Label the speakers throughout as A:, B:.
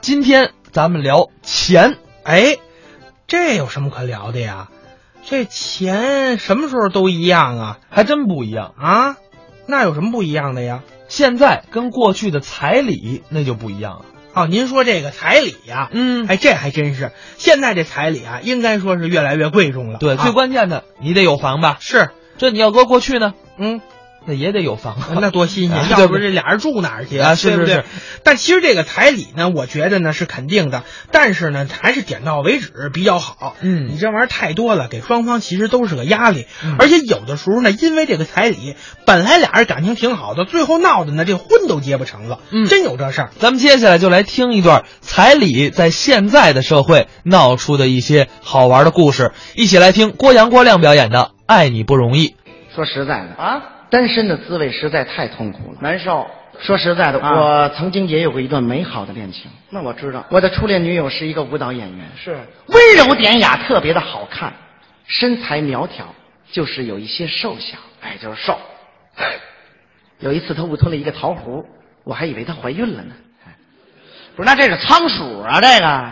A: 今天咱们聊钱，
B: 哎，这有什么可聊的呀？这钱什么时候都一样啊？
A: 还真不一样。
B: 啊，那有什么不一样的呀？
A: 现在跟过去的彩礼那就不一样了。
B: 哦，您说这个彩礼呀、
A: 嗯
B: 哎，这还真是。现在这彩礼啊，应该说是越来越贵重了。
A: 对，
B: 啊
A: 最关键的你得有房吧？
B: 是，
A: 这你要搁过去呢，
B: 嗯，
A: 那也得有房啊。
B: 那多新鲜！
A: 啊
B: 要不这俩人住哪儿去
A: 啊是
B: 对不
A: 是
B: 对
A: 是？
B: 但其实这个彩礼呢，我觉得呢是肯定的，但是呢还是点到为止比较好。
A: 嗯
B: 你这玩意儿太多了，给双方其实都是个压力
A: 嗯，
B: 而且有的时候呢，因为这个彩礼，本来俩人感情挺好的，最后闹的呢这婚都结不成了。
A: 嗯
B: 真有这事儿。
A: 咱们接下来就来听一段彩礼在现在的社会闹出的一些好玩的故事，一起来听郭阳、郭亮表演的《爱你不容易》。
C: 说实在的
D: 啊，
C: 单身的滋味实在太痛苦了，
D: 难受。
C: 说实在的，
D: 啊
C: 我曾经也有过一段美好的恋情。
D: 那我知道，
C: 我的初恋女友是一个舞蹈演员，
D: 是
C: 温柔典雅，特别的好看，身材苗条，就是有一些瘦小。
D: 哎，就是瘦。
C: 有一次她误吞了一个桃核，我还以为她怀孕了呢。哎
D: 不是，那这是仓鼠啊，这个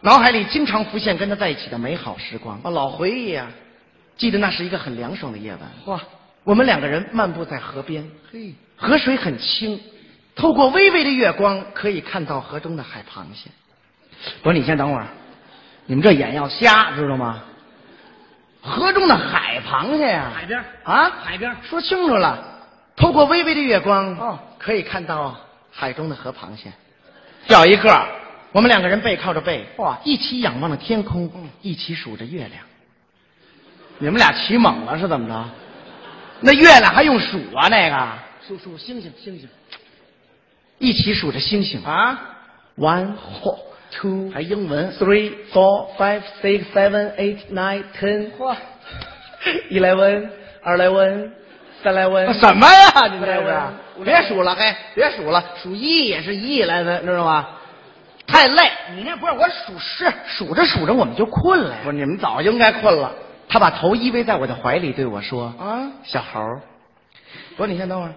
C: 脑海里经常浮现跟她在一起的美好时光，
D: 我老回忆啊。
C: 记得那是一个很凉爽的夜晚。
D: 哇，
C: 我们两个人漫步在河边，
D: 嘿，
C: 河水很清，透过微微的月光，可以看到河中的海螃蟹。我说你先等会儿，你们这眼要瞎，知道吗？河中的海螃蟹呀、
D: 海边儿
C: 啊，
D: 海边儿
C: 说清楚了，透过微微的月光，
D: 哦
C: 可以看到海中的河螃蟹，小一个。我们两个人背靠着背，
D: 哇
C: 一起仰望着天空，
D: 嗯
C: 一起数着月亮。你们俩起猛了是怎么着？那月亮还用数啊？那个
D: 数数星星星星
C: 一起数着星星
D: 啊，
C: ，one two，
D: 还英文
C: three four five six seven eight nine ten，
D: 哇
C: eleven 二 eleven 三 eleven，
D: 什么呀？你
C: 你
D: 这
C: 这
D: 是
C: 是？
D: 别数了，嘿，
C: 别数了，数一也是一 eleven，知道吗？太累，
D: 你那不是我数十。
C: 数着数着我们就困了呀
D: 不。是，你们早应该困了。
C: 他把头依偎在我的怀里，对我说：“
D: 啊
C: 小猴儿，
D: 不是，你先等会儿，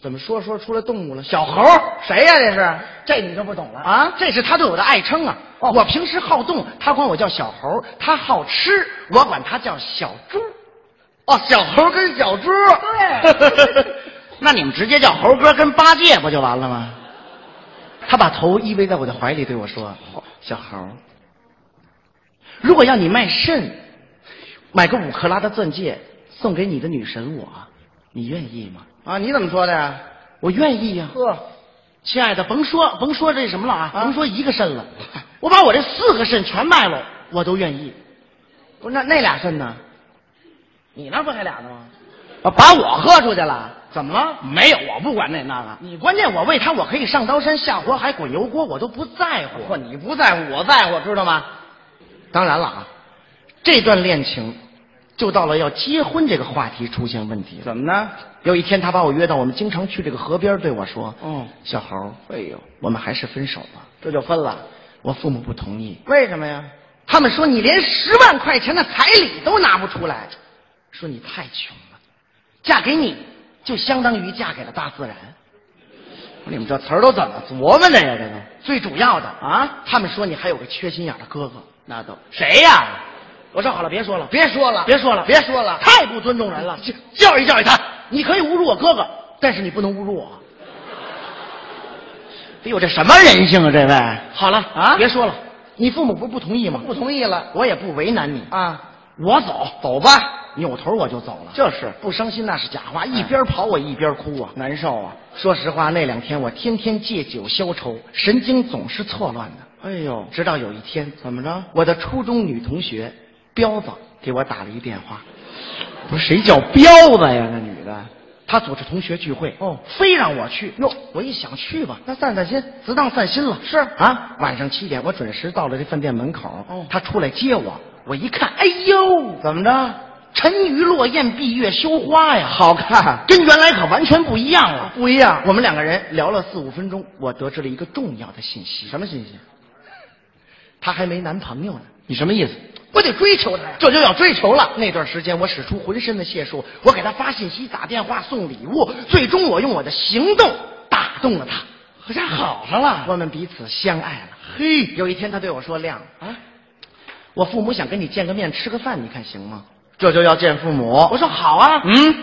D: 怎么说说出来动物了？
C: 小
D: 小
C: 猴
D: 猴
C: 儿，
D: 谁呀、这是？
C: 这你就不懂了
D: 啊
C: 这是他对我的爱称啊。
D: 哦
C: 我平时好动，他管我叫小猴儿；他好吃，我管他叫小猪。哦，小猴儿跟小猪。
D: 对
C: 那你们直接叫猴哥跟八戒不就完了吗？他把头依偎在我的怀里，对我说：“
D: 哦
C: 小猴儿，如果要你卖肾，买个五克拉的钻戒送给你的女神我，你愿意吗
D: 啊，你怎么说的呀？？”
C: 我愿意呀、
D: 呵，
C: 亲爱的，甭说甭说这什么了啊，
D: 啊
C: 甭说一个肾了，我把我这四个肾全卖了，我都愿意。
D: 不是那那俩
C: 肾呢？
D: 你那不还俩呢吗？
C: 啊把我喝出去了？
D: 怎么了？
C: 没有，我不管那那个。你关键我为他，我可以上刀山下火海滚油锅，我都不在乎。
D: 嚯，你不在乎，我在乎，知道吗？
C: 当然了啊，这段恋情就到了要结婚这个话题出现问题了。
D: 怎么呢？
C: 有一天，他把我约到我们经常去这个河边，对我说：“
D: 嗯
C: 小猴儿，
D: 哎呦，
C: 我们还是分手吧。
D: 这就分了。”
C: 我父母不同意，
D: 为什么呀？
C: 他们说你连十万块钱的彩礼都拿不出来，说你太穷了，嫁给你就相当于嫁给了大自然。
D: 你们这词儿都怎么琢磨的呀？这个
C: 最主要的
D: 啊，
C: 他们说你还有个缺心眼儿的哥哥，
D: 那都谁呀、
C: 我说好了，别说了，别
D: 别说了，
C: 别说了，
D: 别说了。
C: 太不尊重人了！教育教育他，你可以侮辱我哥哥，但是你不能侮辱我。哎呦，这什么人性啊！这位，好了
D: 啊
C: 别说了，你父母不是不同意吗？
D: 不同意了
C: 我也不为难你，
D: 啊，
C: 我走，
D: 走吧。
C: 扭头我就走了。
D: 就是哎
C: 不伤心那是假话，一边跑我一边哭啊，难受啊！说实话，那两天我天天借酒消愁，神经总是错乱的。
D: 哎呦，
C: 直到有一天，
D: 怎么着？
C: 我的初中女同学彪子给我打了一电话，我说谁叫彪子呀？那女的，她组织同学聚会，
D: 哦
C: 非让我去。哟，我一想去吧，那散散心，只当散心了。
D: 是
C: 啊，晚上七点我准时到了这饭店门口，
D: 哦
C: 她出来接我，我一看，哎呦，
D: 怎么着？
C: 沉鱼落雁、闭月羞花呀，
D: 好看
C: 跟原来可完全不一样了。
D: 不一样。
C: 我们两个人聊了四五分钟，我得知了一个重要的信息，
D: 什么信息？
C: 她还没男朋友呢。
D: 你什么意思？
C: 我得追求他呀，这就要追求了。那段时间，我使出浑身的解数，我给他发信息、打电话、送礼物，最终我用我的行动打动了他。
E: 和啥好上了？
C: 我们彼此相爱了。
E: 嘿，
C: 有一天，他对我说：“亮啊，我父母想跟你见个面，吃个饭，你看行吗
E: 这就要见父母。？”
C: 我说：“好啊。”
E: 嗯，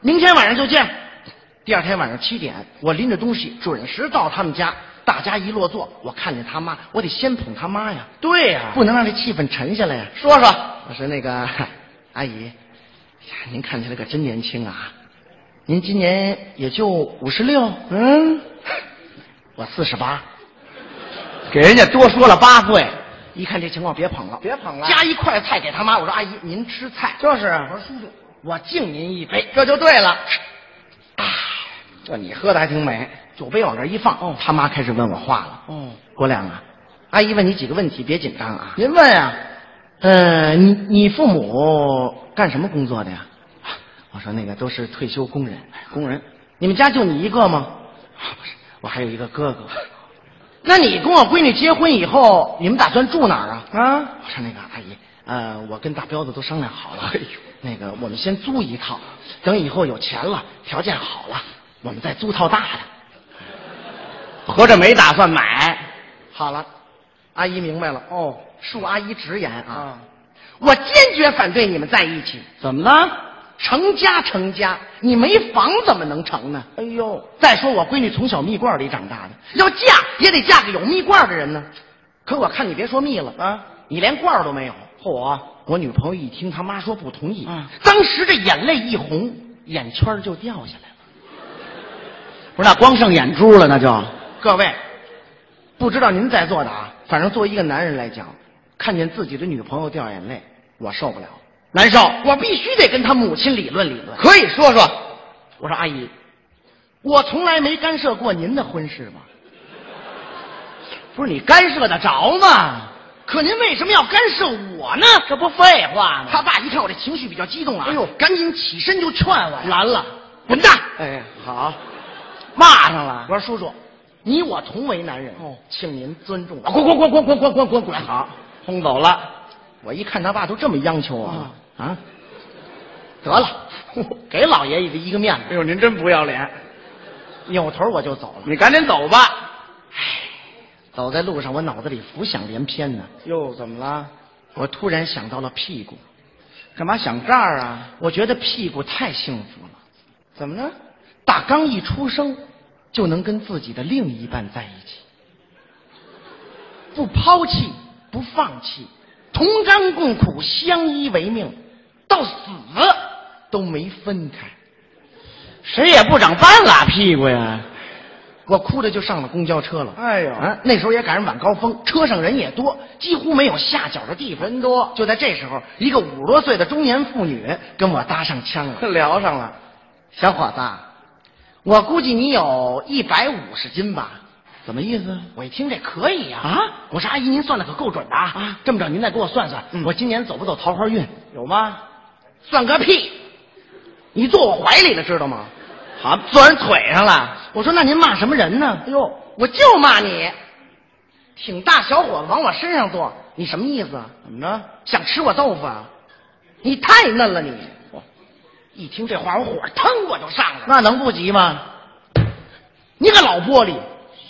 E: 明天晚上就见。
C: 第二天晚上七点，我拎着东西准时到他们家。大家一落座，我看见他妈，我得先捧他妈呀，
E: 对呀、
C: 不能让这气氛沉下来呀。
E: 说说，
C: 我说那个 阿姨，呀，您看起来可真年轻啊！您今年也就五十六，嗯，我四十八，
E: 给人家多说了八岁。
C: 一看这情况别捧了，
E: 别捧了
C: 夹一块菜给他妈，我说阿姨您吃菜，
E: 就是
C: 我说叔叔，我敬您一杯，哎
E: 这就对了。
C: 这你喝的还挺美，酒杯往这一放，哦他妈开始问我话了，
E: 嗯，
C: 国良啊，阿姨问你几个问题，别紧张啊，
E: 您问啊，
C: 呃，你你父母干什么工作的呀？啊我说那个都是退休工人，工人。你们家就你一个吗？
E: 啊
C: 不是，我还有一个哥 哥。
E: 那你跟我闺女结婚以后，你们打算住哪儿啊？
C: 啊，我说那个阿姨，呃，我跟大彪子都商量好了，那个我们先租一套，等以后有钱了，条件好了，我们再租套大的。
E: 合着没打算买。
C: 好了，阿姨明白了哦，恕阿姨直言啊，
E: 啊
C: 我坚决反对你们在一起，
E: 怎么了？
C: 成家成家，你没房怎么能成呢？
E: 哎呦，
C: 再说我闺女从小蜜罐里长大的，要嫁也得嫁给有蜜罐的人呢。可我看你别说蜜了
E: 啊，
C: 你连罐都没有。
E: 嚯，
C: 我女朋友一听她妈说不同意，
E: 嗯
C: 当时这眼泪一红，眼圈儿就掉下来了。
E: 不是那光剩眼珠了，那就
C: 各位，不知道您在座的啊，反正作为一个男人来讲，看见自己的女朋友掉眼泪，我受不了，
E: 难受。
C: 我必须得跟她母亲理论理论。
E: 可以说说，
C: 我说阿姨，我从来没干涉过您的婚事吧？
E: 不是你干涉得着吗？
C: 可您为什么要干涉我呢？
E: 这不废话吗？
C: 他爸一看我这情绪比较激动啊，
E: 哎呦
C: 赶紧起身就劝我呀，
E: 拦了，
C: 滚蛋！
E: 哎，好，
C: 骂
E: 上了
C: 我说叔叔，你我同为男人，
E: 哦
C: 请您尊重我。
E: 滚滚滚滚滚滚滚滚滚，
C: 好，
E: 轰走了。
C: 我一看他爸都这么央求我了、
E: 嗯
C: 啊，得了， 给老爷爷一个面子，
E: 哎呦，您真不要脸，
C: 扭头我就走了。
E: 你赶紧走吧。
C: 走在路上，我脑子里浮想联翩呢，
E: 哟，怎么了？
C: 我突然想到了屁股，
E: 干嘛想这儿啊？
C: 我觉得屁股太幸福了。
E: 怎么了？
C: 大刚一出生就能跟自己的另一半在一起，不抛弃，不放弃，同甘共苦，相依为命，到死都没分开。
E: 谁也不长半拉屁股呀！
C: 我哭着就上了公交车了。
E: 哎呦
C: 啊，那时候也赶上晚高峰，车上人也多，几乎没有下脚的地方。人多，就在这时候，一个五十多岁的中年妇女跟我搭上腔了。
E: 聊上了，
C: 小伙子，我估计你有一百五十斤吧？
E: 怎么意思？
C: 我一听这可以呀、
E: 啊
C: 我说阿姨，您算的可够准的啊！
E: 啊
C: 这么着，您再给我算算，
E: 嗯
C: 我今年走不走桃花运？
E: 有吗？
C: 算个屁！你坐我怀里了，知道吗？
E: 好，坐人腿上了。
C: 我说那您骂什么人呢？
E: 哎呦，
C: 我就骂你，挺大小伙子往我身上坐，你什么意思？啊？
E: 怎么着？
C: 想吃我豆腐？啊？你太嫩了你！一听这话，我火腾我就上来
E: 哦
C: 了。
E: 那能不急吗？
C: 你个老玻璃，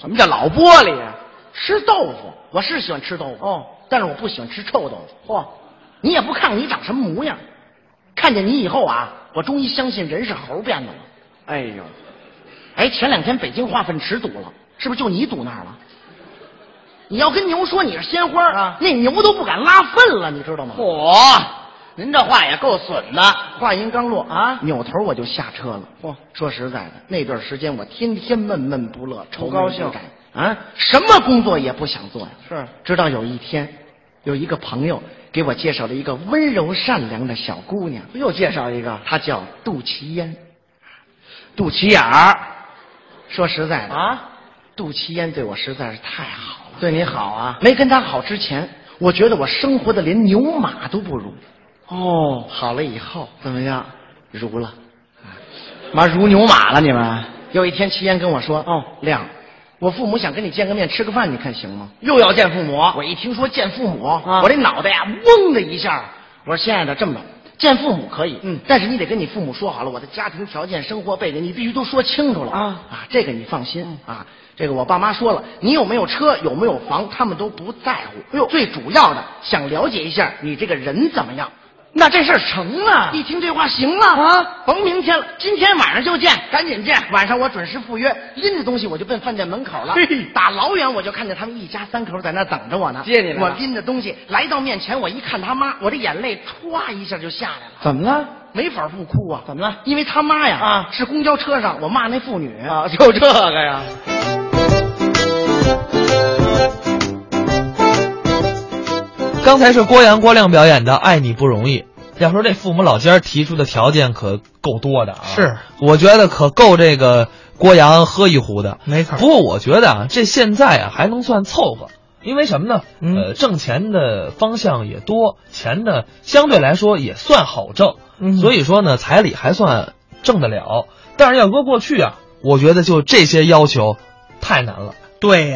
E: 什么叫老玻璃呀、
C: 吃豆腐，我是喜欢吃豆腐
E: 哦，
C: 但是我不喜欢吃臭豆腐。嚯、你也不看看你长什么模样，看见你以后啊，我终于相信人是猴变的了。
E: 哎呦，
C: 哎，前两天北京化粪池堵了，是不是就你堵那儿了？你要跟牛说你是鲜花
E: 啊
C: 那牛都不敢拉粪了，你知道吗？
E: 嚯，您这话也够损的。
C: 话音刚落
E: 啊
C: 扭头我就下车了。
E: 嚯
C: 说实在的，那段时间我天天闷闷不乐，愁
E: 不
C: 眉
E: 高兴
C: 不展啊，什么工作也不想做呀。
E: 是
C: 直到有一天，有一个朋友给我介绍了一个温柔善良的小姑娘，
E: 又介绍一个
C: 她叫杜琪嫣。
E: 肚脐眼儿
C: 说实在的，
E: 啊？
C: 杜琪嫣对我实在是太好了。
E: 对你好啊？
C: 没跟她好之前，我觉得我生活的连牛马都不如。
E: 哦，
C: 好了以后，
E: 怎么样？
C: 如了。
E: 妈如牛马了你们？
C: 有一天，齐岩跟我说：“
E: 哦
C: 亮，我父母想跟你见个面，吃个饭，你看行吗
E: 又要见父母？”
C: 我一听说见父母，
E: 啊
C: 我这脑袋呀嗡的一下。我说：“亲爱的，这么着，见父母可以，
E: 嗯
C: 但是你得跟你父母说好了，我的家庭条件、生活背景，你必须都说清楚了
E: 啊
C: 啊，这个你放心、啊。这个我爸妈说了，你有没有车，有没有房，他们都不在乎。哎呦，最主要的想了解一下你这个人怎么样。
F: 那这事儿成了
C: 一听这话，行了
F: 啊
C: 甭明天了，今天晚上就见，赶紧见。晚上我准时赴约，拎着东西我就奔饭店门口了
F: 嘿。
C: 打老远我就看见他们一家三口在那等着我呢。
F: 接你来了
C: 我拎着东西来到面前，我一看他妈，我这眼泪歘一下就下来了，
F: 怎么了？
C: 没法不哭啊。
F: 怎么了？
C: 因为他妈呀
F: 啊
C: 是公交车上我骂那妇女
F: 啊，就这个呀。
A: 刚才是郭阳、郭亮表演的《爱你不容易》。要说这父母老家提出的条件可够多的啊！
B: 是，
A: 我觉得可够这个郭阳喝一壶的。
B: 没错
A: 不过我觉得啊，这现在啊还能算凑合，因为什么呢？
B: 嗯
A: 呃，挣钱的方向也多，钱呢相对来说也算好挣，
B: 嗯
A: 所以说呢彩礼还算挣得了。但是要搁过去啊，我觉得就这些要求太难了。
B: 对呀、